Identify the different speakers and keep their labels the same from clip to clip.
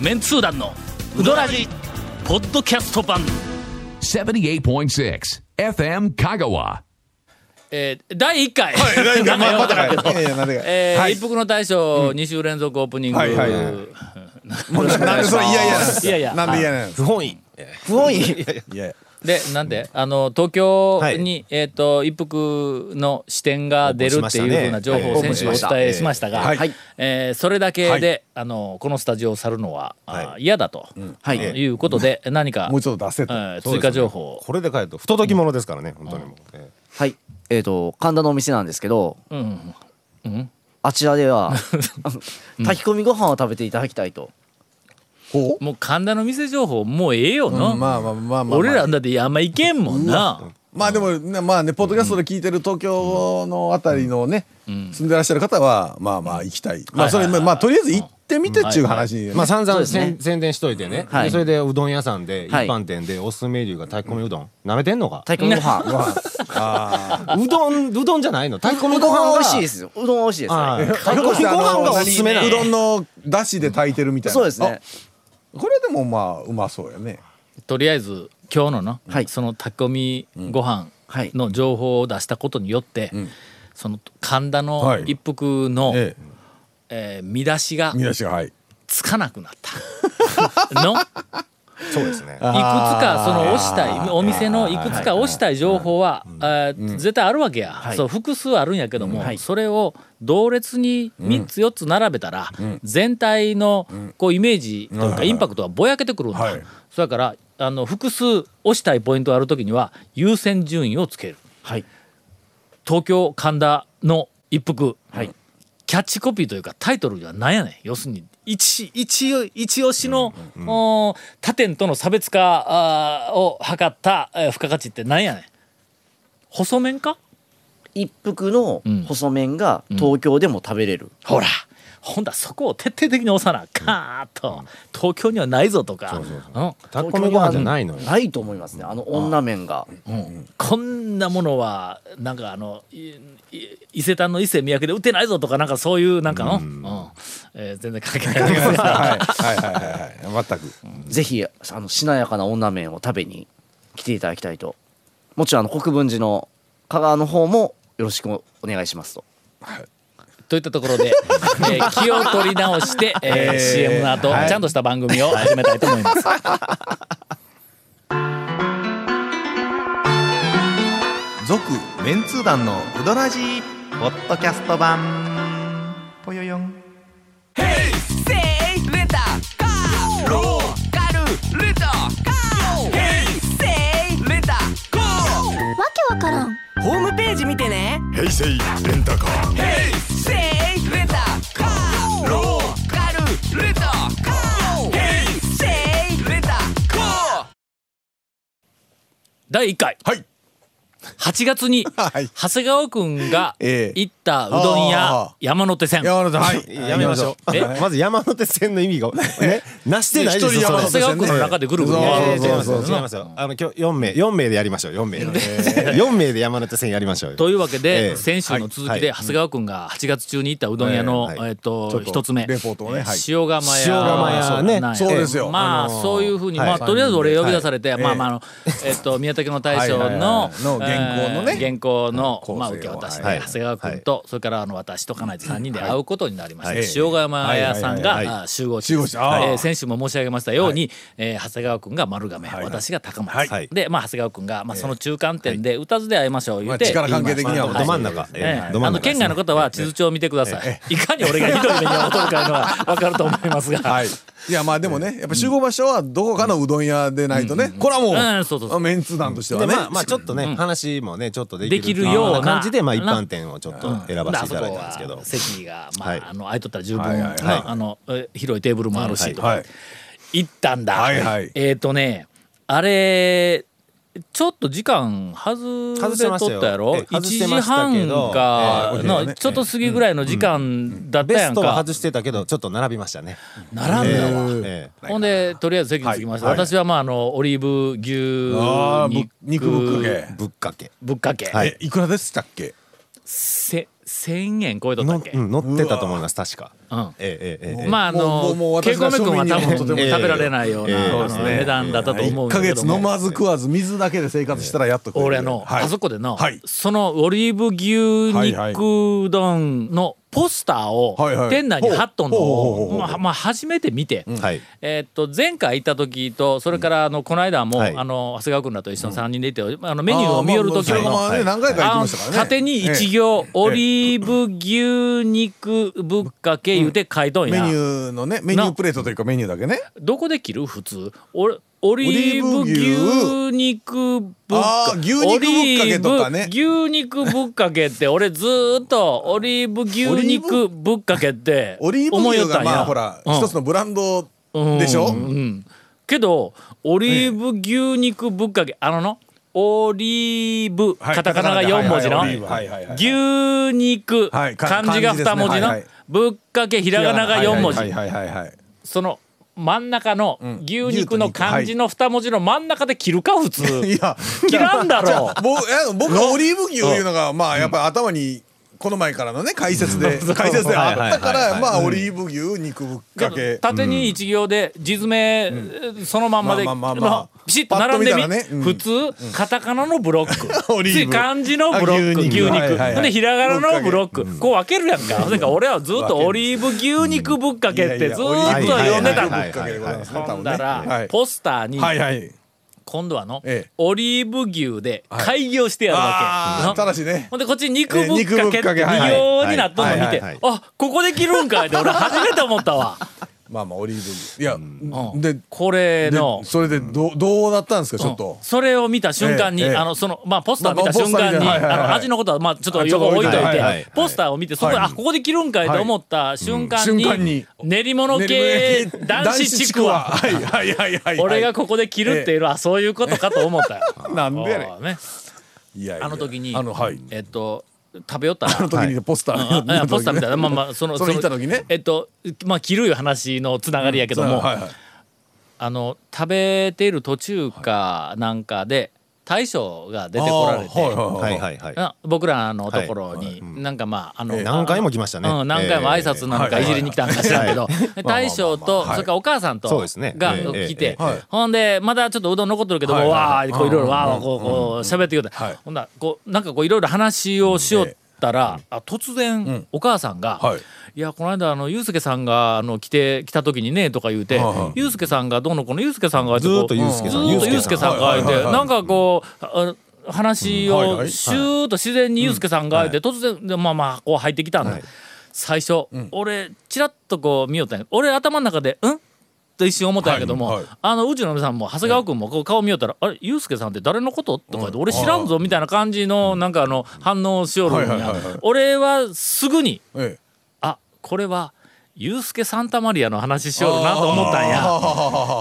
Speaker 1: メンツー団のウドラジポッドキャスト版、
Speaker 2: 78.6 FM Kagawa.
Speaker 1: えー、第1回、
Speaker 3: 第 一回
Speaker 1: 名前わからんけど
Speaker 3: まあまたかいやいやまたかい
Speaker 1: えー
Speaker 3: はい
Speaker 1: 一服の大将、二週連続オープニング、
Speaker 3: はいはいはいもうなんでそれ嫌やなんですか
Speaker 1: いやいや
Speaker 3: なんで嫌なんですか
Speaker 4: 不本意。
Speaker 3: 不本意いやいや
Speaker 1: でなんであの東京に、
Speaker 4: はい
Speaker 1: えっ、と一服の支店が出るっていうふうな情報を
Speaker 4: オー
Speaker 1: 先
Speaker 4: プンし
Speaker 1: 週お
Speaker 4: ま
Speaker 1: 伝
Speaker 4: した
Speaker 1: えしましたが、
Speaker 3: はい
Speaker 1: えーそれだけで、
Speaker 3: は
Speaker 1: あのこのスタジオを去るのは、あー
Speaker 4: は
Speaker 1: 嫌だと、
Speaker 5: はい。
Speaker 1: い、うことで何か
Speaker 3: もうちょっと出せと
Speaker 1: えー追加情報を
Speaker 4: これで帰ると不届き者ですからね、本当にもう。え
Speaker 5: はい。えっ、と、神田のお店なんですけど、
Speaker 1: うんうん
Speaker 5: あちらでは、あの 炊き込みご飯を食べていただきたいと。
Speaker 3: ほ
Speaker 1: もう神田の店情報もうええよな、
Speaker 3: うんまあまあまあまあ
Speaker 1: 俺らだって山行けんもんな
Speaker 3: まあでもねまあねポッドキャストで聞いてる東京のあたりのね住んでらっしゃる方はまあまあ行きたいまあそれまあまあとりあえず行ってみてっていう話
Speaker 4: えまあ散
Speaker 5: そう
Speaker 4: 々
Speaker 5: ですね
Speaker 4: 宣宣伝しといてね、
Speaker 5: はい
Speaker 4: でそれでうどん屋さんで一
Speaker 5: はい
Speaker 4: 般店でおすすめ流が炊き込みうどんなめてんのか
Speaker 5: 炊き込み ご飯。
Speaker 4: うどんうどんじゃないの炊き込み
Speaker 5: う
Speaker 4: ご
Speaker 5: ど
Speaker 4: 飯が
Speaker 5: んは美味しいですよ。うどんは美味しいです。
Speaker 4: あ
Speaker 5: は
Speaker 4: あ炊き込みご飯がおすすめなの
Speaker 3: うどんの出汁で炊いてるみた
Speaker 5: い
Speaker 3: いな
Speaker 5: そうですね。
Speaker 3: あこれでもまあうまそうやね
Speaker 1: とりあえず今日のな、
Speaker 5: はい
Speaker 1: その炊き込みご飯
Speaker 5: はい
Speaker 1: の情報を出したことによって、その神田の
Speaker 3: はい
Speaker 1: 一服の、
Speaker 3: ええ
Speaker 1: えー見出しが
Speaker 3: 見出しがはい
Speaker 1: つかなくな った。のいく
Speaker 4: そうですね
Speaker 1: つかその押したいお店のいくつか押したい情報は、えー絶対あるわけや、
Speaker 5: い
Speaker 1: そう複数あるんやけども、
Speaker 5: はい
Speaker 1: それを同列に3つ4つ並べたら、全体のこうイメージとかインパクトがぼやけてくるんだ、
Speaker 3: はい
Speaker 1: それからあの複数押したいポイントがある時には優先順位をつける
Speaker 5: はい。
Speaker 1: 東京神田の一服、
Speaker 5: はい。
Speaker 1: キャッチコピーというかタイトルがなんやねん要するに一一一押しの、おー他店との差別化あーを図った、えー付加価値ってなんやねん細麺か
Speaker 5: 一服の
Speaker 1: ん
Speaker 5: 細麺が東京でも食べれる。
Speaker 1: ほらほんだそこを徹底的に押さなカーッと、東京にはないぞとかうん
Speaker 4: 炊き込みご飯じゃないのよ
Speaker 5: ないと思いますね。あの女麺が。
Speaker 1: こんなものはなんかあのいい伊勢丹の伊勢三宅で売ってないぞとかなんかそういうなんかの、うんえー全然関係ないです
Speaker 3: はいはいはいはいはい全く
Speaker 5: ぜひ、あの、しなやかな女麺を食べに来ていただきたいと。もちろん、あの、国分寺の香川の方もよろしくお願いしますと。
Speaker 1: といったところ で、えー気を取り直して、えー CM の後、ちゃんとした番組を始めたいと思います。
Speaker 6: 続メンツー団のウドラジーポッドキャスト版ぽよよん
Speaker 7: わけわからん
Speaker 8: ホームページ見てね
Speaker 1: 第1回、
Speaker 3: はい
Speaker 1: 8月に、
Speaker 3: はい
Speaker 1: 長谷川くんが
Speaker 3: ええ
Speaker 1: 行ったうどん
Speaker 3: あ
Speaker 1: 屋
Speaker 3: あ
Speaker 1: 山手線。長
Speaker 3: 山田さんはい
Speaker 4: やめましょう
Speaker 1: え
Speaker 4: まず山手線の意味が ねなしてないです
Speaker 3: 一
Speaker 4: よ
Speaker 3: 人
Speaker 4: そ
Speaker 3: 山
Speaker 1: 谷川
Speaker 3: 手
Speaker 4: れ
Speaker 1: くんの中でぐるぐる回る
Speaker 4: 違いま
Speaker 3: そう
Speaker 4: す
Speaker 3: そう
Speaker 4: よ
Speaker 3: そう
Speaker 4: 違いますよあの今日四名四名でやりましょう四 名で4名で山手線やりましょうよ
Speaker 1: というわけで、
Speaker 4: ええ
Speaker 1: 先週の続き
Speaker 4: は
Speaker 1: で、
Speaker 4: い
Speaker 1: 長谷川くんが8月中に行ったうどん屋の、え
Speaker 4: ええ
Speaker 1: っ、
Speaker 4: はい
Speaker 1: と、
Speaker 3: と
Speaker 1: 一つ目。
Speaker 3: レポートをね
Speaker 1: えー
Speaker 3: はい
Speaker 1: 塩釜屋。
Speaker 4: 塩釜屋ね
Speaker 1: なんや
Speaker 3: そうですよ
Speaker 1: まあ、
Speaker 4: あのー
Speaker 1: そういうふうに、
Speaker 4: はい
Speaker 1: まあ、とりあえず俺
Speaker 4: はい
Speaker 1: 呼び出されて、まあまあ、あの、えっと、宮崎の大将の、
Speaker 3: はいはいはいの
Speaker 1: えー
Speaker 3: 原稿のね
Speaker 1: 原稿の、
Speaker 3: うん
Speaker 1: まあ、
Speaker 3: 構成を
Speaker 1: 受け渡しで、
Speaker 4: はい
Speaker 1: 長谷川くんと、それから、あの、私と金井さん人で会うことになりました。
Speaker 3: はい
Speaker 1: 塩釜屋さん
Speaker 3: はいはい
Speaker 1: があ集合し
Speaker 3: 集合しあー
Speaker 1: えー先週も申し上げましたように、えー長谷川くんが丸亀、私が高松。
Speaker 4: はい
Speaker 1: で、まあ、長谷川くんが、まあ、その中間点で、歌図で会いましょう、言って。
Speaker 3: まあ力関係的には
Speaker 4: ど真ん中え
Speaker 1: え
Speaker 4: え
Speaker 1: え
Speaker 4: ど真
Speaker 1: あ
Speaker 4: ん
Speaker 1: の
Speaker 4: 中です
Speaker 1: 県
Speaker 4: ね
Speaker 1: 外の方は地図帳を見てください、いかに俺がひどい目に遭うとるかいうのは分かると思いますが、
Speaker 3: はいいやまあでもねやっぱ集合場所はどこかのうどん屋でないとねこれ
Speaker 1: う
Speaker 3: は
Speaker 1: んそうそうそ
Speaker 3: も
Speaker 1: う
Speaker 3: うメンツ団としては
Speaker 4: で
Speaker 3: ね
Speaker 4: まあまあちょっとね、話もねちょっとできる
Speaker 1: できるような
Speaker 4: 感じでまあ
Speaker 1: な
Speaker 4: 一般店をちょっと選ばせていただいたんですけ
Speaker 1: あそ
Speaker 4: ど
Speaker 1: こは席が、まあ
Speaker 4: はい
Speaker 1: あの空いとったら十分、
Speaker 3: はいはいはい
Speaker 1: まああのえ広いテーブルもあるし、とか
Speaker 3: はい
Speaker 1: 行ったんだ、
Speaker 3: はいはい
Speaker 1: えっ、とねあれちょっと時間外れとったやろ
Speaker 4: 外してましたよええ
Speaker 1: 1時
Speaker 4: 外してましたけ
Speaker 1: 半
Speaker 4: ど
Speaker 1: か
Speaker 3: ええ
Speaker 1: のちょっと過ぎぐらいの時間だった
Speaker 4: ベ
Speaker 1: や
Speaker 4: ス
Speaker 1: ん
Speaker 4: ト
Speaker 1: か、
Speaker 4: は外してたけどちょっと並びましたね
Speaker 1: 並んだわ、
Speaker 4: ええ
Speaker 1: ほんでとりあえず席に着きました、
Speaker 3: はい
Speaker 1: 私はまああのオリーブ
Speaker 3: あー
Speaker 1: 牛
Speaker 3: ぶ肉ぶっかけ
Speaker 4: ぶっかけ
Speaker 1: ぶっかけ、
Speaker 4: はい
Speaker 3: えいくらでしたっけ
Speaker 1: せ1000円超えとったっ
Speaker 4: の
Speaker 1: け、
Speaker 4: うん乗ってたと思います確か
Speaker 1: うん
Speaker 4: ええええええ
Speaker 1: まああ
Speaker 3: も
Speaker 1: の
Speaker 3: うもうもう
Speaker 1: ケイコメ君は多
Speaker 3: 私が庶民には
Speaker 1: 分
Speaker 3: と
Speaker 1: 食
Speaker 3: ても
Speaker 1: べられないような、
Speaker 4: ええええ
Speaker 1: あ
Speaker 4: そ
Speaker 1: の
Speaker 4: うですね
Speaker 1: 値段だったと思うん
Speaker 3: 1
Speaker 1: だ
Speaker 3: ヶ
Speaker 1: けど
Speaker 3: 月
Speaker 1: も
Speaker 3: 飲まず食わず水だけで生活したらやっと食える
Speaker 1: 俺あの、
Speaker 3: はい
Speaker 1: あそこでの、
Speaker 3: はい
Speaker 1: そのオリーブ牛肉丼のポスターを
Speaker 3: はいはい
Speaker 1: 店内に貼っとんの
Speaker 3: ほうほうほうほ
Speaker 1: を
Speaker 3: う
Speaker 1: まあまあ初めて見て、
Speaker 4: はい
Speaker 1: えーっと前回行った時とそれからあのこの間も、
Speaker 4: はい
Speaker 1: あの長谷川君らと一緒に3人で行って、あのメニューを見よる時
Speaker 3: あー
Speaker 1: の。
Speaker 3: まあまあそのままね何回か行き
Speaker 1: あ
Speaker 3: ま
Speaker 1: の
Speaker 3: したからね
Speaker 1: 縦に一行、オリーブ牛肉ぶっかけ言うて書いとん
Speaker 3: メ
Speaker 1: や、
Speaker 3: ニューのねメニュープレートというかメニューだけね
Speaker 1: どこで切る普通オリオリーブ牛肉ぶっか
Speaker 3: あー牛肉ぶっかけとかね
Speaker 1: オリーブ牛肉ぶっかけって俺ずーっとオリーブ牛肉ぶっかけって
Speaker 3: オリーブ
Speaker 1: 思いよ
Speaker 3: 牛
Speaker 1: った
Speaker 3: が
Speaker 1: んや
Speaker 3: まあほら
Speaker 1: うん
Speaker 3: 一つのブランドでしょ
Speaker 1: うんうんけどオリーブ牛肉ぶっかけあののオリーブ
Speaker 3: はい
Speaker 1: カタカナが4文字の
Speaker 3: はいはいはいはい
Speaker 1: 牛肉
Speaker 3: はいか
Speaker 1: 漢字が2文字の
Speaker 3: 漢字ですね
Speaker 1: ぶっかけひらがなが4文字
Speaker 3: はいはいはいはいはい
Speaker 1: その真ん中の
Speaker 3: ん
Speaker 1: 牛肉の漢字の二文字の真ん中で切るか普通
Speaker 3: いや
Speaker 1: 切らんだろう
Speaker 3: 僕いや僕はオリーブ牛いうのがまあやっぱり頭にこの前からのね解説で解説であったか
Speaker 4: はいはいはいは
Speaker 3: ら
Speaker 4: い
Speaker 3: まあオリーブ牛肉ぶっ かけ
Speaker 1: 縦に一行で字詰めそのまんまで
Speaker 3: まあまあまあまあ
Speaker 1: のピシッと並んでみ
Speaker 3: パッと見たらねうん
Speaker 1: 普通カタカナのブロック
Speaker 3: オリーブ
Speaker 1: 次漢字のブロック
Speaker 3: あ
Speaker 1: 牛
Speaker 3: 牛肉
Speaker 1: 肉
Speaker 3: はいはいはい
Speaker 1: ほんでひらがなのブロックこう分けるやんかそれから俺はずっとオリーブ牛肉ぶっかけってずーっと呼んでた
Speaker 3: ぶ
Speaker 1: ん
Speaker 4: いやいやオリー
Speaker 1: だ
Speaker 3: っ
Speaker 4: ブ牛肉ぶっかけ
Speaker 3: かけでございますね多
Speaker 1: ほん
Speaker 3: 分
Speaker 1: だ
Speaker 3: ね
Speaker 1: ら
Speaker 3: はい
Speaker 1: ポスターに
Speaker 3: はいはい
Speaker 1: 今度はの、
Speaker 3: ええ
Speaker 1: オリーブ牛で開業してやるわ
Speaker 3: あ
Speaker 1: け、
Speaker 3: ー
Speaker 1: の
Speaker 3: ただしね
Speaker 1: ほんでこっち肉ぶっ
Speaker 3: ええ
Speaker 1: か
Speaker 3: 肉
Speaker 1: け
Speaker 3: ぶ
Speaker 1: っ
Speaker 3: ってかけはい
Speaker 1: 美容になっとんの見
Speaker 4: はい
Speaker 1: て、
Speaker 4: はいはい
Speaker 1: あここで切るんかいって俺初めて思ったわ
Speaker 3: まあまあオリーブ牛いや
Speaker 1: ん
Speaker 3: で
Speaker 1: これ
Speaker 3: で
Speaker 1: の
Speaker 3: それでどうどうなったんですかちょっと
Speaker 1: うんそれを見た瞬間に、
Speaker 3: ええええ
Speaker 1: あのそのまあポスターを見た
Speaker 3: まあまあ
Speaker 1: 瞬間に、
Speaker 3: ポスター見たはいはいはい
Speaker 1: あの味のことはまあちょっとよく置いといて、
Speaker 3: はい
Speaker 4: はいはい
Speaker 1: ポスターを見てそこで、
Speaker 3: はい
Speaker 1: あここで切るんかいと思った瞬間
Speaker 3: うん
Speaker 1: に,、
Speaker 3: 瞬間に
Speaker 1: 練り物系男子ちくわ
Speaker 3: はいはいはいはい
Speaker 1: 俺がここで切るっていうのはそういうことかと思ったよ
Speaker 3: なんでやねん
Speaker 1: そうね
Speaker 3: いやいや
Speaker 1: あの時に
Speaker 3: あのはい
Speaker 1: えっと食べよったら
Speaker 3: あの時にポスター
Speaker 1: あ あポスターみたいなまあまあその
Speaker 3: それ行った時ね
Speaker 1: えっとまあ切るいう話のつながりやけども、
Speaker 3: はいはい
Speaker 1: あの食べている途中かなんかで大将が出てこられて、
Speaker 3: あーはいはいは
Speaker 4: はいいはいはい
Speaker 1: な僕らのところに、なんかまああの、
Speaker 4: ええ何回も来ましたね
Speaker 1: うん、何回も挨拶なんかいじりに来たんか知らんけど、で大将と、それからお母さんと
Speaker 4: そうですね
Speaker 1: が
Speaker 4: ええ
Speaker 1: 来て、
Speaker 4: ええ
Speaker 3: はい
Speaker 1: ほんでまだちょっとうどん残ってるけども、
Speaker 3: はいはい
Speaker 1: わーこういろいろわーこうこう喋ってきよって、
Speaker 3: はい
Speaker 1: ほんだこうなんかこういろいろ話をしよったら、あ突然、お母さんが、
Speaker 3: はい
Speaker 1: いやこの間あのゆうすけさんがあの来て来た時にねとか言うて、
Speaker 3: はいはい
Speaker 1: ゆうすけさんがどうのこうのゆうすけさんが
Speaker 4: ずーっ
Speaker 1: こ
Speaker 4: と
Speaker 1: う
Speaker 4: ゆうすけさん
Speaker 1: ずーっとゆうすけさんがい
Speaker 3: はい
Speaker 1: て
Speaker 3: はいはい
Speaker 1: なんかこうあ話
Speaker 3: うんはい
Speaker 1: を
Speaker 3: はい
Speaker 1: シューッと自然にゆうすけさんがいて突然でまあまあこう入ってきたんだ最初俺ちらっとこう見よったんや俺頭の中で「ん?」と一瞬思ったんやけど
Speaker 3: はい
Speaker 1: も
Speaker 3: はい
Speaker 1: あのうちの皆さんも長谷川君もこう顔見よったら「あれゆうすけさんって誰のこと?」とか言って「俺知らんぞ」みたいな感じのなんかあの反応をしよるん
Speaker 3: はいはい
Speaker 1: や
Speaker 3: はいはい
Speaker 1: 俺はすぐに「
Speaker 3: ええ
Speaker 1: あこれはユースケ・サンタマリアの話しよるなと思ったんや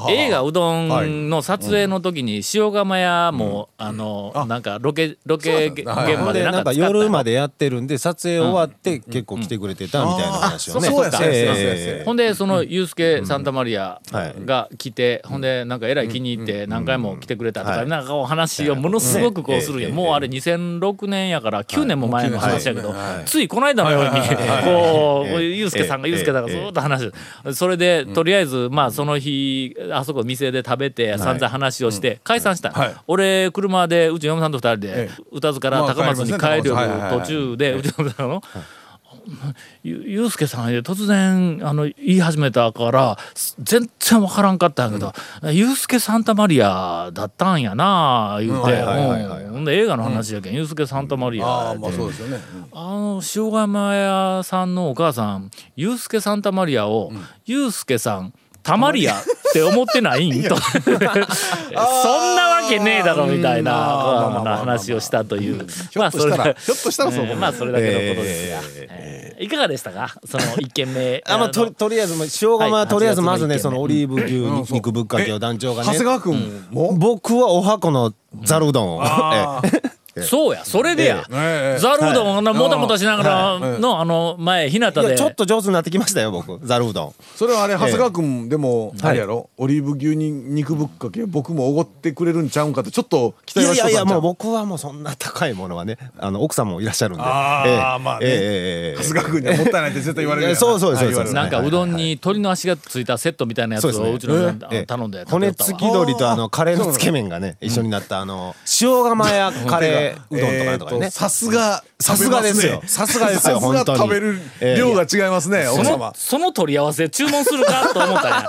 Speaker 1: 映画「うどん」の撮影の時に塩釜屋も、あのなんかロケロケ現
Speaker 3: はい
Speaker 1: 場で
Speaker 4: で
Speaker 1: な
Speaker 4: なん
Speaker 1: んか
Speaker 4: か
Speaker 1: 使った
Speaker 4: 夜ま
Speaker 1: の
Speaker 4: でやってるんで撮影終わって結構来てくれてたみたいな話をね、
Speaker 3: あーそうやそうや
Speaker 4: ええ
Speaker 3: そうや
Speaker 4: ええ
Speaker 3: そうや
Speaker 1: ほんでそのユースケ・サンタマリア
Speaker 4: はい
Speaker 1: が来て、ほんでなんかえらい気に入って何回も来てくれたとか、
Speaker 4: はい
Speaker 1: なんかお話をものすごくこうするんや、
Speaker 4: ええ
Speaker 1: もうあれ2006年やから9年も前の話やけど、
Speaker 3: はいはい
Speaker 1: ついこの間のように、こう、
Speaker 4: ええ
Speaker 1: ユースケさんが
Speaker 4: ええ
Speaker 1: ユースケさんがずーっと話してるそれでとりあえずまあその日あそこ店で食べて散々話をして解散した、
Speaker 3: はい
Speaker 1: 俺車でうちの嫁さんと二人で
Speaker 3: え
Speaker 1: 宇多津から
Speaker 3: まあ
Speaker 1: 高松に帰る
Speaker 3: 帰りますね高松はいはいはい
Speaker 1: 途中でうちの嫁さんがのゆゆうすけさんへ突然あの言い始めたからす全然わからんかったんやけど、ゆうすけサンタマリアだったんやなあ言うて、
Speaker 4: うんはいはいはいはい
Speaker 1: うんほんで映画の話やけん、ゆうすけサンタマリ
Speaker 3: あ
Speaker 1: ア
Speaker 3: あまあそうですよねうん
Speaker 1: あの塩釜屋さんのお母さんゆうすけサンタマリアを、ゆうすけさんたまりやって思ってないんと そんなわけねえだろみたいな
Speaker 3: うんまあまあまあまあまあ
Speaker 1: 話をしたという
Speaker 3: ひょっとしたらひょっとしたらそ
Speaker 1: えー
Speaker 3: う思う
Speaker 1: まあそれだけのことですが、えーいかがでしたかその一軒目
Speaker 4: あまあ、と
Speaker 1: の
Speaker 4: とりあえずまあ塩釜
Speaker 1: はい
Speaker 4: はとりあえずまず
Speaker 1: 8
Speaker 4: ね
Speaker 1: 月
Speaker 4: そ
Speaker 1: の
Speaker 4: の
Speaker 1: 一
Speaker 4: オリーブ牛肉肉ぶっかけを団長が
Speaker 3: 長
Speaker 4: ね
Speaker 3: 谷川君も
Speaker 4: 僕はおはこのざるうどんを、ええ
Speaker 1: そうやそれでや、
Speaker 3: ええ
Speaker 1: ざるザルうどんあんなもたもたしながら
Speaker 3: はい
Speaker 1: の、あの前日向
Speaker 4: いや
Speaker 1: で
Speaker 4: ちょっと上手になってきましたよ僕ざるうどん
Speaker 3: それはあれ長谷川君でもあれやろ、オリーブ牛に肉ぶっかけ僕もおごってくれるんちゃうんかってちょっと期待
Speaker 4: いや
Speaker 3: はいしと
Speaker 4: やい
Speaker 3: った
Speaker 4: や
Speaker 3: んちゃ
Speaker 4: もう
Speaker 3: う
Speaker 4: 僕はもうそんな高いものはねあの奥さんもいらっしゃるんで
Speaker 3: あーまあね
Speaker 4: ええええええええ
Speaker 3: 長谷川君にはもったいないって絶対言われるやん
Speaker 4: いやそうそうそう
Speaker 3: はい
Speaker 4: そう
Speaker 3: 言われる
Speaker 1: なんかうどんに鳥の足がついたセットみたいなやつ
Speaker 4: そうですね
Speaker 1: をうちの嫁が
Speaker 4: ええ
Speaker 1: 頼んで食べ
Speaker 4: 骨
Speaker 1: よった
Speaker 4: 付
Speaker 1: わ
Speaker 4: き鶏とあのカレーのつけ麺がね一緒になったあの塩釜やカレーうどんとかなんとか
Speaker 3: えー
Speaker 4: ね
Speaker 3: とさすが
Speaker 4: さすがですよさすがですよ
Speaker 3: さすが
Speaker 4: 本当に
Speaker 3: 食べる量が違いますね、
Speaker 1: そ
Speaker 3: 奥様
Speaker 1: のその取り合わせ注文するかと思ったんや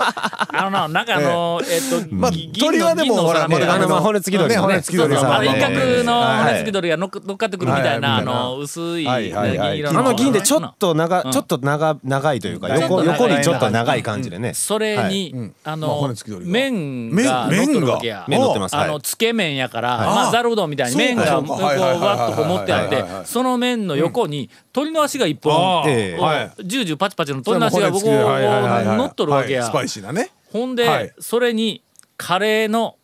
Speaker 1: あのななんかあのえっと、
Speaker 3: まあ
Speaker 1: ぎ
Speaker 3: 鳥はで
Speaker 1: 銀
Speaker 3: も
Speaker 1: のお
Speaker 3: ほら
Speaker 1: 皿みたいな
Speaker 4: あのまあ骨付き
Speaker 3: ね
Speaker 4: 鶏の
Speaker 3: 骨
Speaker 4: ね
Speaker 3: 付き鳥
Speaker 1: そうそう
Speaker 3: さ
Speaker 1: あ
Speaker 3: ん
Speaker 1: の一角の骨付き鳥が乗っ乗っかってくるみたいな、
Speaker 3: はい
Speaker 1: あの薄い、
Speaker 3: はいはいはい
Speaker 1: 銀色
Speaker 4: あ
Speaker 1: の
Speaker 4: の銀でちょっと長
Speaker 1: うん
Speaker 4: ちょっと長長いというか
Speaker 1: ちょっと
Speaker 4: 横
Speaker 1: 長い
Speaker 4: 横にちょっと長い感じでね
Speaker 1: それ
Speaker 4: はい
Speaker 1: に、あ
Speaker 3: まあ
Speaker 1: の、
Speaker 3: 骨付き鳥が
Speaker 1: 麺が
Speaker 3: 麺
Speaker 1: 乗っとるわけや。
Speaker 4: 麺が麺乗ってます
Speaker 1: あ
Speaker 4: はい
Speaker 1: のつけ麺やから、まあ
Speaker 3: あ
Speaker 1: ざるうどんみたいに
Speaker 3: そうか
Speaker 1: 麺が
Speaker 3: そう
Speaker 1: こ
Speaker 3: か
Speaker 1: う
Speaker 3: はいはいはいはい
Speaker 1: わっとこう持ってあっ
Speaker 3: はいはいはいは
Speaker 1: て、
Speaker 3: い
Speaker 1: その麺の横に鳥の足が一本、
Speaker 4: ええ
Speaker 1: こう
Speaker 3: はい
Speaker 1: ジュージューパチパチの鳥の足が僕を乗っとるわけ
Speaker 3: は
Speaker 1: や
Speaker 3: い。スパイシーなね
Speaker 1: ほんで、
Speaker 3: はい
Speaker 1: それにカレーの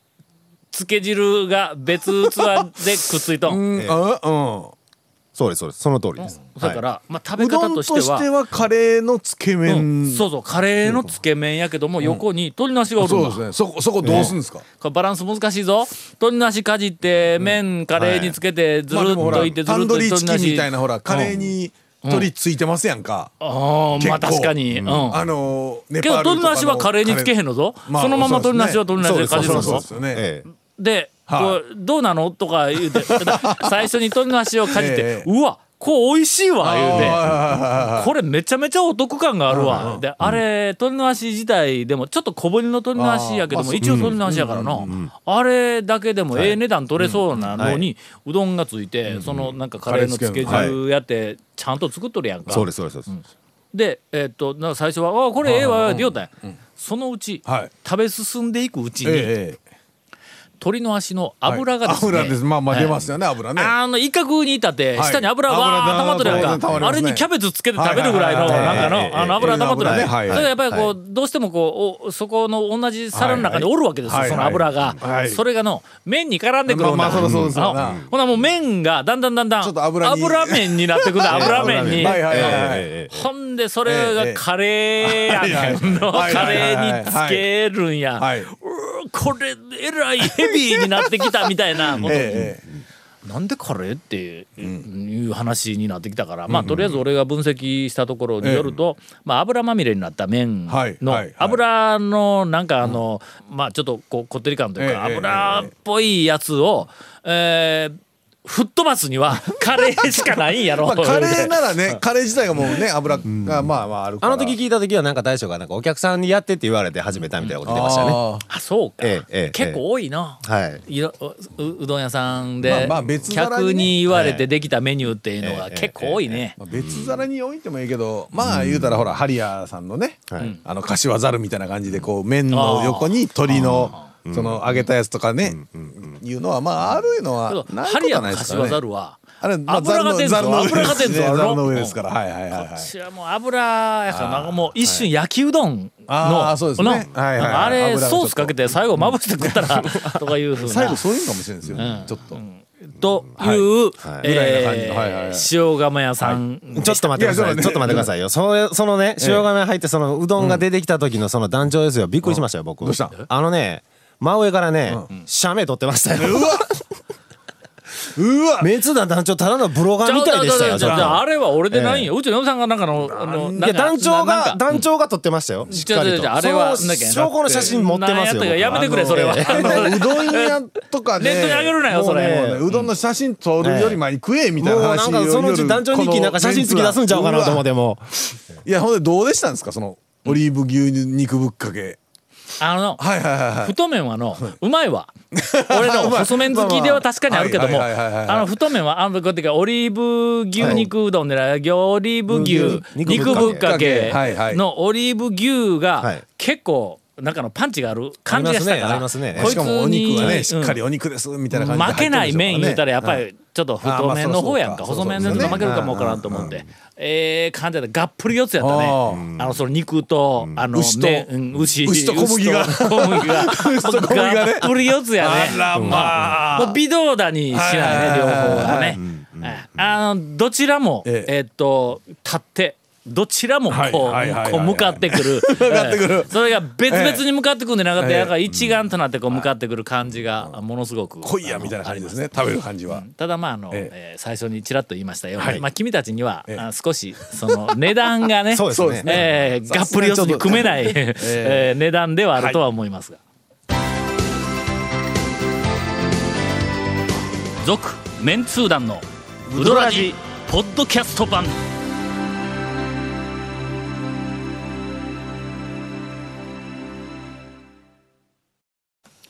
Speaker 1: つけ汁が別器でくっついとん。
Speaker 3: うん、
Speaker 4: ええ
Speaker 3: うん
Speaker 4: そうですそうですその通りです
Speaker 1: だから、まあ食べ
Speaker 3: うど
Speaker 1: 方
Speaker 3: ん
Speaker 1: と
Speaker 3: と
Speaker 1: して
Speaker 3: し
Speaker 1: は
Speaker 3: て。はカレーのつけ
Speaker 1: う
Speaker 3: 麺、
Speaker 1: んそうそうカレーのつけ麺やけども横に鳥の足がおるん
Speaker 3: そう
Speaker 1: だ
Speaker 3: ですねそこそこどうすんですか、
Speaker 1: これバランス難しいぞ鳥なしかじって麺カレーにつけてず
Speaker 3: まあ
Speaker 1: る
Speaker 3: で
Speaker 1: っ
Speaker 3: もほ
Speaker 1: と
Speaker 3: ら
Speaker 1: いてず
Speaker 3: タ
Speaker 1: る
Speaker 3: ン
Speaker 1: っ
Speaker 3: ド
Speaker 1: とい
Speaker 3: リ
Speaker 1: て
Speaker 3: ーチキンみたい
Speaker 1: な
Speaker 3: なほらカレーに鳥ついてますやんか、
Speaker 1: あーまあ
Speaker 3: 結構
Speaker 1: 確かにうん
Speaker 3: あのー、ネ
Speaker 1: け
Speaker 3: パー
Speaker 1: ど
Speaker 3: ルとか
Speaker 1: 鳥なしはカレーにつけへんのぞ
Speaker 3: まあ
Speaker 1: そのまま鳥なしは
Speaker 3: そ
Speaker 1: 鳥
Speaker 3: うで
Speaker 1: なしでかじる
Speaker 3: そ
Speaker 1: の
Speaker 3: うそう
Speaker 1: ぞ
Speaker 3: そうですよね、
Speaker 4: ええ
Speaker 1: で
Speaker 3: は
Speaker 1: こ
Speaker 3: いう
Speaker 1: どうなのとか言うて最初に鳥の足をかじって
Speaker 3: ええ
Speaker 1: うわこう美味しいわ言うて
Speaker 3: あー
Speaker 1: これめちゃめちゃお得感があるわ。で、あれ、鳥の足自体でも、ちょっと小ぶりの鳥の足やけども、一応鳥の足やからな。あれだけでもええ値段取れそうなのに、うどんがついて、そのなんかカレーのつけ汁やって、ちゃんと作っとるやんか
Speaker 4: そう。ですそうですそうです
Speaker 1: で、えっと、なんか最初は、あこれええわ、って言おうたんやそのうち
Speaker 3: はい、
Speaker 1: 食べ進んでいくうち
Speaker 3: ええ
Speaker 1: に、
Speaker 3: ええ
Speaker 1: 鳥の足の油がですね。
Speaker 3: 油ですまあまあ出ますよね油ね
Speaker 1: あの威嚇に至って
Speaker 3: はい
Speaker 1: 下に油わー溜まっとるやん
Speaker 3: 油溜まり
Speaker 1: かあ
Speaker 3: ます
Speaker 1: れ
Speaker 3: ね
Speaker 1: にキャベツつけて食べるぐらいの
Speaker 3: はい
Speaker 1: な
Speaker 3: は
Speaker 1: ん
Speaker 3: い
Speaker 1: か
Speaker 4: はい
Speaker 1: のあの油溜まっとるやんか
Speaker 3: はい
Speaker 1: それがやっぱりこうどうしてもこうおそこの同じ皿の中におるわけですよ
Speaker 3: はい
Speaker 1: その油が
Speaker 3: はい
Speaker 1: それがの麺に絡んでくるん
Speaker 3: ま
Speaker 1: だ
Speaker 3: あまあそりゃそうですわな
Speaker 1: あほなもう麺がだんだんだんだん
Speaker 3: ちょっと油に
Speaker 1: 麺になってくるんだ油麺に
Speaker 3: はいはいはいはい、
Speaker 4: ええ
Speaker 1: ほんでそれがカレーやねんの
Speaker 3: はいはい
Speaker 1: カレーにつけるんや
Speaker 3: はい、え
Speaker 1: うーこれえらいヘビーになってきたみたいなことに
Speaker 3: ええ
Speaker 1: なんでカレーっていう話になってきたから、まあとりあえず俺が分析したところによると、まあ油まみれになった麺
Speaker 3: はい
Speaker 1: の
Speaker 3: はいはい
Speaker 1: 油のなんかあの、まあちょっとこうこってり感というか、
Speaker 3: ええ
Speaker 1: 油っぽいやつを、えー吹っ飛ばすに はカレーしかないんやろ
Speaker 3: まあ、カレーならねカレー自体がもうね油がまあまああるか
Speaker 4: あ
Speaker 3: ら
Speaker 4: の時聞いた時はなんか大将がなんかお客さんにやってって言われて始めたみたいなこと言ってましたね
Speaker 3: あ
Speaker 1: あそうか、
Speaker 4: ええええ
Speaker 1: 結構多いな、
Speaker 4: はい
Speaker 1: いろううどん屋さんで、
Speaker 3: まあまあ別皿にね
Speaker 1: 客に言われてできたメニューっていうのは
Speaker 4: ええ
Speaker 1: 結構多いね
Speaker 3: ー、まあ、別皿に置いてもいいけど、まあ言うたらほらハリアーさんのね、
Speaker 4: はい
Speaker 3: あの柏ざるみたいな感じでこう麺の横に鶏のその揚げたやつとかね、いうのはまああるのは
Speaker 1: けど
Speaker 3: ない
Speaker 1: ハ
Speaker 3: こ
Speaker 1: リ
Speaker 3: と
Speaker 1: アの
Speaker 3: はないですか
Speaker 1: 柏
Speaker 3: らね
Speaker 1: ざるは
Speaker 3: あれ、まあ、
Speaker 1: 油が出んぞ
Speaker 3: ざるの
Speaker 1: 油が出んぞ
Speaker 3: ざ
Speaker 1: あ
Speaker 3: る
Speaker 1: れ
Speaker 3: の上ですから、はいはいはいはい
Speaker 1: 私はもう油やからなんかもう一瞬焼きうどんの
Speaker 3: あーそうですね
Speaker 1: な
Speaker 3: はいはい
Speaker 1: なんかあれ
Speaker 3: 油がちょっと
Speaker 1: ソースかけて最後まぶして食ったら とかいうふう
Speaker 3: 最
Speaker 1: な
Speaker 3: 後そういうのかもしれないですよ、ねちょっと、
Speaker 1: という
Speaker 3: ぐらいな感じ
Speaker 1: え
Speaker 3: のはいはいはい
Speaker 1: ー塩釜屋さん
Speaker 4: ちょっと待ってくださ
Speaker 3: いやそう
Speaker 4: い
Speaker 3: ね
Speaker 4: ちょっと待ってくださいよそれそのね塩釜入ってそのうどんが出てきた時のその壇上ですよびっくりしましたよ僕
Speaker 3: どうした
Speaker 4: あのね真上からね写メ撮ってましたよ
Speaker 3: うわ
Speaker 4: メンツ団団長ただのブロガーみたいでしたよ
Speaker 1: ちょっと待ってちょっと待って
Speaker 4: ちょっと
Speaker 1: あれは俺でないようちの嫁さんがなんかのあの
Speaker 4: い
Speaker 1: なんか
Speaker 4: や団長
Speaker 1: なな
Speaker 4: が
Speaker 1: んか
Speaker 4: 団長が撮ってましたよしっかり
Speaker 1: ちょちょちょ
Speaker 4: と
Speaker 1: あれは
Speaker 4: そ
Speaker 1: な
Speaker 4: の
Speaker 1: んかやな
Speaker 4: 証拠の写真持ってますよ
Speaker 1: なんやったかやめてくれそれは
Speaker 4: 僕
Speaker 1: あの
Speaker 3: うどん屋とかね
Speaker 1: ネットに上げるなよそれ
Speaker 3: もうねうどんの写真撮るより前に食えみたい
Speaker 4: もう
Speaker 3: な
Speaker 4: な
Speaker 3: 話
Speaker 4: んかそのうち団長日記なんか写真付き出すんちゃうかなと思ってても
Speaker 3: いやほんでどうでしたんですかそのオリーブ牛乳肉ぶっかけ
Speaker 1: あの
Speaker 3: はいはいはいはい
Speaker 1: 太麺はの、うまい わ。俺の細麺好きでは確かにあるけども、
Speaker 3: はいはいはいはいはい
Speaker 1: あの太麺は、あの、こうやってかオリーブ牛肉うどんでない、オリーブ牛、
Speaker 4: 牛
Speaker 1: 肉ぶっかけ
Speaker 3: はいはい
Speaker 1: のオリーブ牛
Speaker 4: は
Speaker 1: が
Speaker 4: い
Speaker 1: 結構、なんかのパンチがある感じがしたから
Speaker 4: ありますねあり
Speaker 1: こ
Speaker 4: ますね
Speaker 1: い
Speaker 3: し
Speaker 1: つ
Speaker 3: かもお
Speaker 1: に
Speaker 3: 肉はねし
Speaker 1: う
Speaker 3: っ
Speaker 1: ん
Speaker 3: かりお肉ですみたいな感じで
Speaker 1: 負けない麺言うたらやっぱ
Speaker 3: はい
Speaker 1: りちょっと太麺の方やんか
Speaker 3: あまあそ
Speaker 1: 細
Speaker 3: うそうそう
Speaker 1: 麺のやつ負けるかもわからんと思ってええ感じでがっぷり四つやったね
Speaker 3: あ
Speaker 1: あのその肉とあの
Speaker 3: 牛と
Speaker 1: ねうん牛
Speaker 3: 牛と小麦が
Speaker 1: 牛と小麦が
Speaker 3: 牛と小麦がね
Speaker 1: っぷり四つやね
Speaker 3: あらまあ
Speaker 1: もう微動だにしないね
Speaker 3: はい
Speaker 1: 両
Speaker 3: はいはい
Speaker 1: 方がねはいあのどちらも
Speaker 3: ええ
Speaker 1: えっと立ってどちらもこう
Speaker 3: はいはいはいはい
Speaker 1: こう向かってく る向
Speaker 3: かってくる
Speaker 1: それが別々に向かってくるんでなくて
Speaker 3: ええ
Speaker 1: なんか一丸となってこう向かってくる感じがものすごく
Speaker 3: 濃いやみたいな感じですね食べる感じは
Speaker 1: ただまああの、
Speaker 3: え
Speaker 1: えー最初にちらっと言いましたように、
Speaker 3: はい
Speaker 1: まあ、君たちには、
Speaker 3: ええ
Speaker 1: あ少しその値段がね
Speaker 4: そうです
Speaker 3: そ
Speaker 4: ね
Speaker 3: うですね
Speaker 1: えーがっぷり四つに組めない、え ー値段ではあるとは思いますが「続、メンツー団のウドラジポッドキャスト版」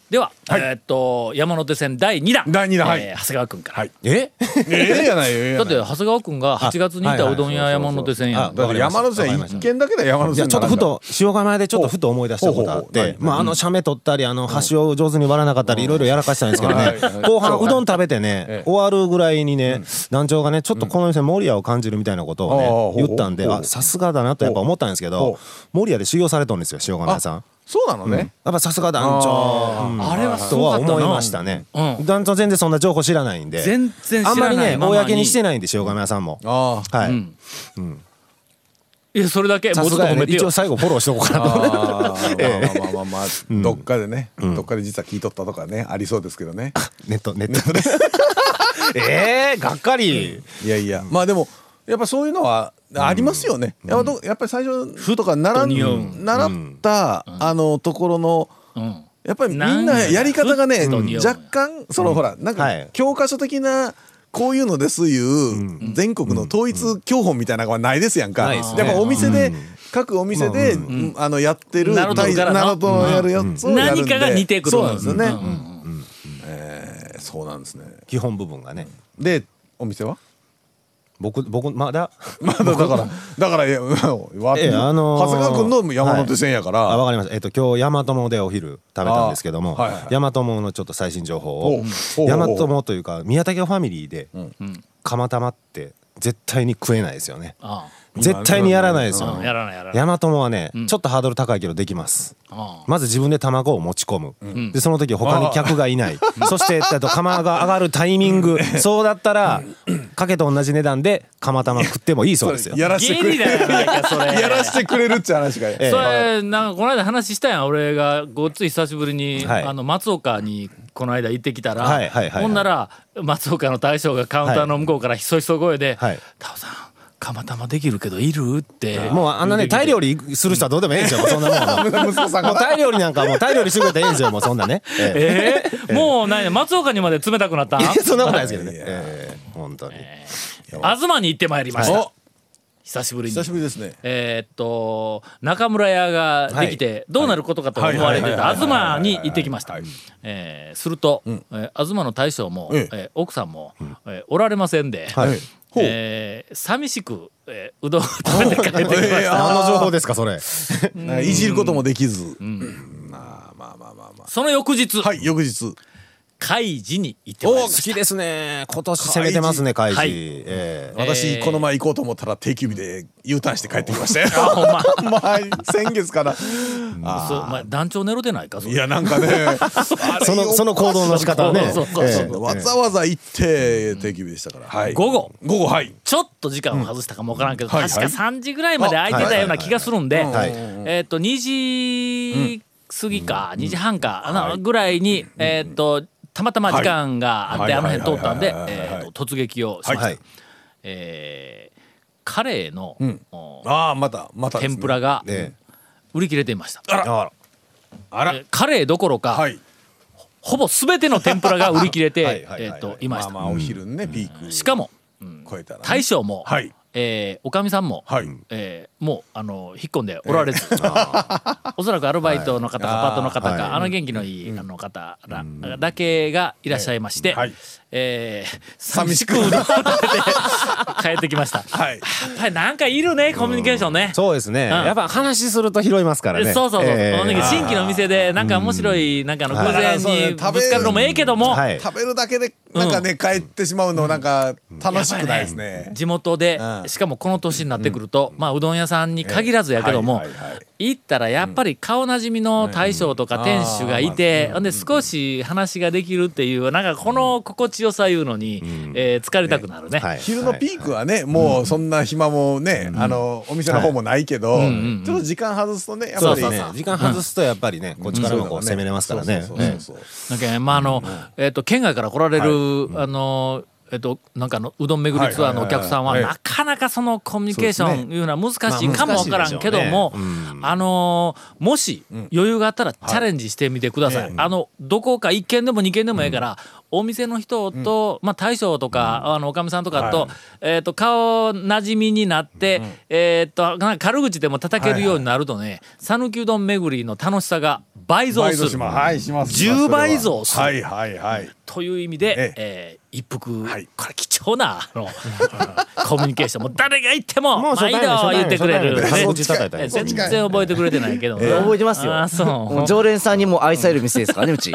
Speaker 1: では、えーっと山手線第2弾
Speaker 3: 第二弾はい
Speaker 1: えー長谷川君から、
Speaker 3: はい
Speaker 4: え
Speaker 3: ええやないええ
Speaker 1: だ
Speaker 3: や
Speaker 1: って
Speaker 3: ない
Speaker 1: 長谷川君が8月に行ったうどん屋
Speaker 4: はいはい
Speaker 1: 山手線や
Speaker 4: あ
Speaker 1: ん
Speaker 3: だって山手線一軒だけで山手
Speaker 4: いや
Speaker 3: 線
Speaker 4: ちょっとふと塩釜でちょっとふと思い出したことあ
Speaker 3: ほうほ
Speaker 4: っ
Speaker 3: うほう
Speaker 4: て
Speaker 3: ほう
Speaker 4: まああのシャメ取ったりあの箸を上手に割らなかったりいろいろやらかしたんですけどね
Speaker 3: はいはい
Speaker 4: 後半うどん食べて
Speaker 3: え
Speaker 4: ね
Speaker 3: え
Speaker 4: 終わるぐらいにね団長がねちょっとこの店守屋を感じるみたいなこと
Speaker 3: ああほ
Speaker 4: を
Speaker 3: うほ
Speaker 4: ね
Speaker 3: う
Speaker 4: 言ったんで
Speaker 3: ほう
Speaker 4: あさすがだなとやっぱ思ったんですけど
Speaker 3: ほ
Speaker 4: 守屋で修行されとんですよ塩釜屋さん
Speaker 3: あそうなのね
Speaker 4: やっぱさすが団長うん
Speaker 1: あれはす
Speaker 4: と
Speaker 1: ご
Speaker 4: は
Speaker 1: かったな
Speaker 4: 思いましたね
Speaker 1: うん
Speaker 4: 団長全然そんな情報知らないんで
Speaker 1: 全然知らない
Speaker 4: あんまりね
Speaker 1: ままに
Speaker 4: 公にしてないんで塩釜屋さんも
Speaker 3: あ あ
Speaker 4: はい
Speaker 1: いやそれだけ
Speaker 4: さ
Speaker 1: もうちょっ
Speaker 4: す
Speaker 1: と
Speaker 4: がや
Speaker 1: 褒
Speaker 4: ね
Speaker 1: めて
Speaker 4: 一
Speaker 1: よ
Speaker 4: 応最後フォローしとこうかなと思って
Speaker 3: あーまあまあまあまあ、どっかでね、どっかで実は聞いとったとかねありそうですけどね
Speaker 4: ネットネ ットでええがっかり
Speaker 3: いやいやまあでもやっぱそういうのはありますよね、やっぱどやっぱり最初とか習
Speaker 1: におうん
Speaker 3: 習った、あのところの、
Speaker 1: うん
Speaker 3: やっぱりみん
Speaker 1: なん
Speaker 3: な
Speaker 1: や
Speaker 3: やり方がね
Speaker 1: ふっとにおう
Speaker 3: 若干その、ほらなんか
Speaker 4: はい
Speaker 3: 教科書的なこういうのですいう、全国の統一教本みたいなのはないですやんか、
Speaker 4: ない
Speaker 3: や
Speaker 4: で
Speaker 3: っ
Speaker 4: すね
Speaker 3: ぱお店で、各お店で、あのやってる
Speaker 1: なるとからの
Speaker 3: とやるやつをやるんで
Speaker 1: 何かが似てくる
Speaker 3: そうなんですよね、
Speaker 1: うんうん
Speaker 3: えーそうなんですね
Speaker 4: 基本部分がね
Speaker 3: でお店は
Speaker 4: 僕僕まだ
Speaker 3: まだだ からだからいやわ
Speaker 4: ええあのー
Speaker 3: 長谷川君の山手線やから、
Speaker 4: あわかりましたえっと今日ヤマトモでお昼食べたんですけども
Speaker 3: あーはいはい
Speaker 4: ヤマトモのちょっと最新情報
Speaker 3: ほ
Speaker 4: を
Speaker 3: うほう
Speaker 4: ヤマトモというか宮武ファミリーで釜玉って絶対に食えないですよね
Speaker 1: あ
Speaker 4: 絶対にやらないですよ
Speaker 1: あ
Speaker 4: ね
Speaker 1: やらないやらない
Speaker 4: ヤマトモはねちょっとハードル高いけどできます
Speaker 1: ああ
Speaker 4: まず自分で卵を持ち込む、でその時他に客がいないそしてあと釜が上がるタイミングそうだったらかけと同じ値段で釜玉食ってもいいそうですよ
Speaker 3: やらして
Speaker 1: 芸
Speaker 3: くれ
Speaker 1: 人
Speaker 3: る
Speaker 1: だよなんかそれ
Speaker 3: やらしてくれるっちゃ話が、
Speaker 4: ええ
Speaker 1: それなんかこの間話したやん俺がごっつい久しぶりに、
Speaker 4: はい
Speaker 1: あの松岡にこの間行ってきたら、
Speaker 4: はいはいはいはい
Speaker 1: ほんなら松岡の大将がカウンターの向こうからひそひそ声で
Speaker 4: はい
Speaker 1: 「タオさん釜玉できるけどいる?」って
Speaker 4: もうあんなねタイ料理する人はどうでもいいんですよもうそんな もんも
Speaker 3: 息子さん
Speaker 4: う
Speaker 3: が
Speaker 4: タイ料理なんかもうタイ料理してくれたらいいんですよもうそんなね、え
Speaker 1: えーもうない松岡にまで冷たくなったん
Speaker 4: えそんなことないですけどね、ええ本当に、
Speaker 1: 東に行ってまいりました、
Speaker 3: お
Speaker 1: 久しぶりに
Speaker 3: 久しぶりですね
Speaker 1: えーっと中村屋ができて、どうなることかと思われて
Speaker 3: は
Speaker 1: た
Speaker 3: いはいはい
Speaker 1: 東
Speaker 3: はい
Speaker 1: に行ってきました
Speaker 3: はいはい
Speaker 1: えーすると、えー東の大将も、え
Speaker 3: ええ
Speaker 1: ー奥さんも、えーおられませんで、
Speaker 4: はい
Speaker 3: ほう
Speaker 1: えー寂しく、えーうどんを食べて帰ってきました
Speaker 3: ええ
Speaker 4: 何の情報ですか それ
Speaker 3: なんかいじることもできず、まあまあまあまあま
Speaker 1: その翌日、
Speaker 3: あはい翌日
Speaker 1: 海事に行ってまいり
Speaker 4: お
Speaker 1: ま
Speaker 4: 好
Speaker 1: し
Speaker 4: きですね今年攻めてますね開
Speaker 1: はい
Speaker 4: 示、ええ
Speaker 3: 私この前行こうと思ったら定休日で U ターンして帰ってきましたよ
Speaker 1: たほんま
Speaker 3: まあ先月から
Speaker 1: そうお前団長寝ろでないかそれ
Speaker 3: いやなんかね
Speaker 4: そのその行動の仕方はね
Speaker 1: そうそうそうそう
Speaker 4: ええ
Speaker 3: わざわざ行って定休日でしたから、はい、
Speaker 1: 午後
Speaker 3: 午後はい
Speaker 1: ちょっと時間を外したかもわからんけど、
Speaker 3: うんはい
Speaker 1: 確か
Speaker 3: はい
Speaker 1: 3時ぐらいまで空いてたような気がするんで、
Speaker 3: あはい
Speaker 4: はいはい
Speaker 1: えっ、と、2時過ぎか、2時半か、あの、ぐらいに、えっ、と、たまたま時間があって、
Speaker 3: はい
Speaker 1: あの辺通ったんで、
Speaker 3: はいはいはいはい
Speaker 1: えっ、と、突撃をしました。
Speaker 4: はい
Speaker 1: えーカレーの、
Speaker 3: ん
Speaker 1: お
Speaker 3: ああまたまたですね
Speaker 1: 天ぷらが
Speaker 4: ええ
Speaker 1: 売り切れていました。
Speaker 4: あら
Speaker 3: あら
Speaker 1: えーカレーどころか、
Speaker 3: はい
Speaker 1: ほぼ全ての天ぷらが売り切れて、
Speaker 4: はいはいはい
Speaker 1: え
Speaker 4: はい
Speaker 1: っと、いました。
Speaker 3: まあまあお昼にね、ピーク
Speaker 1: しかも、
Speaker 3: 超えたらね
Speaker 1: 大将も、
Speaker 3: はい
Speaker 1: えーおかみさんも、
Speaker 3: はい
Speaker 1: えーもうあの引っ込んでおられず、おそらくアルバイトの方かパートの方か、あの元気のいい、あの方らだけがいらっしゃいまして、え
Speaker 3: はい
Speaker 1: ー寂しくうどん を食べて帰ってきました。やっ
Speaker 3: はい。
Speaker 1: ぱりなんかいるねコミュニケーションね。
Speaker 4: そうですね、
Speaker 1: うん
Speaker 4: やっぱ話すると拾いますからね
Speaker 1: そうそうそう、
Speaker 4: ええ
Speaker 1: なんか新規のお店でなんか面白いなんかあの偶
Speaker 3: はい
Speaker 1: 然にぶつかるのもええけども、
Speaker 4: はい
Speaker 3: 食べるだけで、なんかね、帰ってしまうの、なんか、楽しくないですね。
Speaker 1: 地元で、
Speaker 3: うん
Speaker 1: しかもこの年になってくると、まあうどん屋さんに限らずやけども、
Speaker 3: はいはいはい
Speaker 1: 行ったらやっぱり顔なじみの大将とか店主がいて、ほんで少し話ができるっていうなんかこの心地よさいうのに、えー疲れたくなるね。
Speaker 4: はい
Speaker 3: 昼のピークはね、もうそんな暇もね、あの、お店の方もないけど、ちょっと時間外すとね、やっ
Speaker 4: そ
Speaker 3: ぱ
Speaker 4: うで
Speaker 3: り
Speaker 4: すね
Speaker 3: ね。
Speaker 4: 時間外すとやっぱりね、こっちからもこう攻めれますからね
Speaker 3: そうそうそうそう
Speaker 1: なんかねまああの、えっ、と県外から来られる、あのえっと、なんかあのうどん巡りツアーのお客さんは
Speaker 3: はいはい
Speaker 1: なかなかそのコミュニケーシ
Speaker 3: そう
Speaker 1: ョ
Speaker 3: で
Speaker 1: ンいうのは難しいかもわからんけども、
Speaker 4: まあ難しいでしょうねうん
Speaker 1: あのーもし余裕があったらチャレンジしてみてください、あのどこか1軒でも2軒でもええから、お店の人と、まあ、大将とか、あのおかみさんとかと,、えっと顔なじみになって、えっとなんか軽口でも叩けるようになるとね讃岐、うどん巡りの楽しさが倍増
Speaker 3: 倍
Speaker 1: す
Speaker 3: 増
Speaker 1: る。
Speaker 3: します。はい、します。します
Speaker 1: 10倍増する
Speaker 3: はいはいはい。
Speaker 1: という意味で、え
Speaker 3: え
Speaker 1: ー一服、
Speaker 3: はい
Speaker 1: これ貴重なあの コミュニケーションもう誰が行っても
Speaker 4: もう初
Speaker 1: 毎
Speaker 4: 対面
Speaker 1: 度言ってくれる、
Speaker 4: 初対面初
Speaker 1: ね
Speaker 4: 対面口叩いた
Speaker 1: え
Speaker 4: り
Speaker 1: ー全然覚えてくれてないけど、
Speaker 5: いや覚えてますよ
Speaker 1: あー
Speaker 5: もう
Speaker 1: そう、
Speaker 5: 常連さんにも愛される店ですからねうち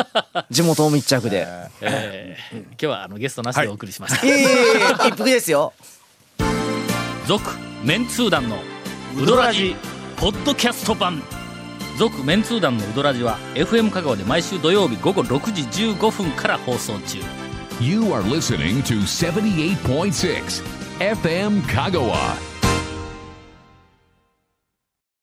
Speaker 5: 地元密着で
Speaker 1: えー今日はあのゲストなしでお送りしました
Speaker 5: いえいえいえ一服ですよ
Speaker 1: 「続、メンツー団のウドラジポッドキャスト版」「続・メンツー団のウドラジは FM 香川で毎週土曜日午後6時15分から放送中
Speaker 2: You are listening to 78.6 FM Kagawa.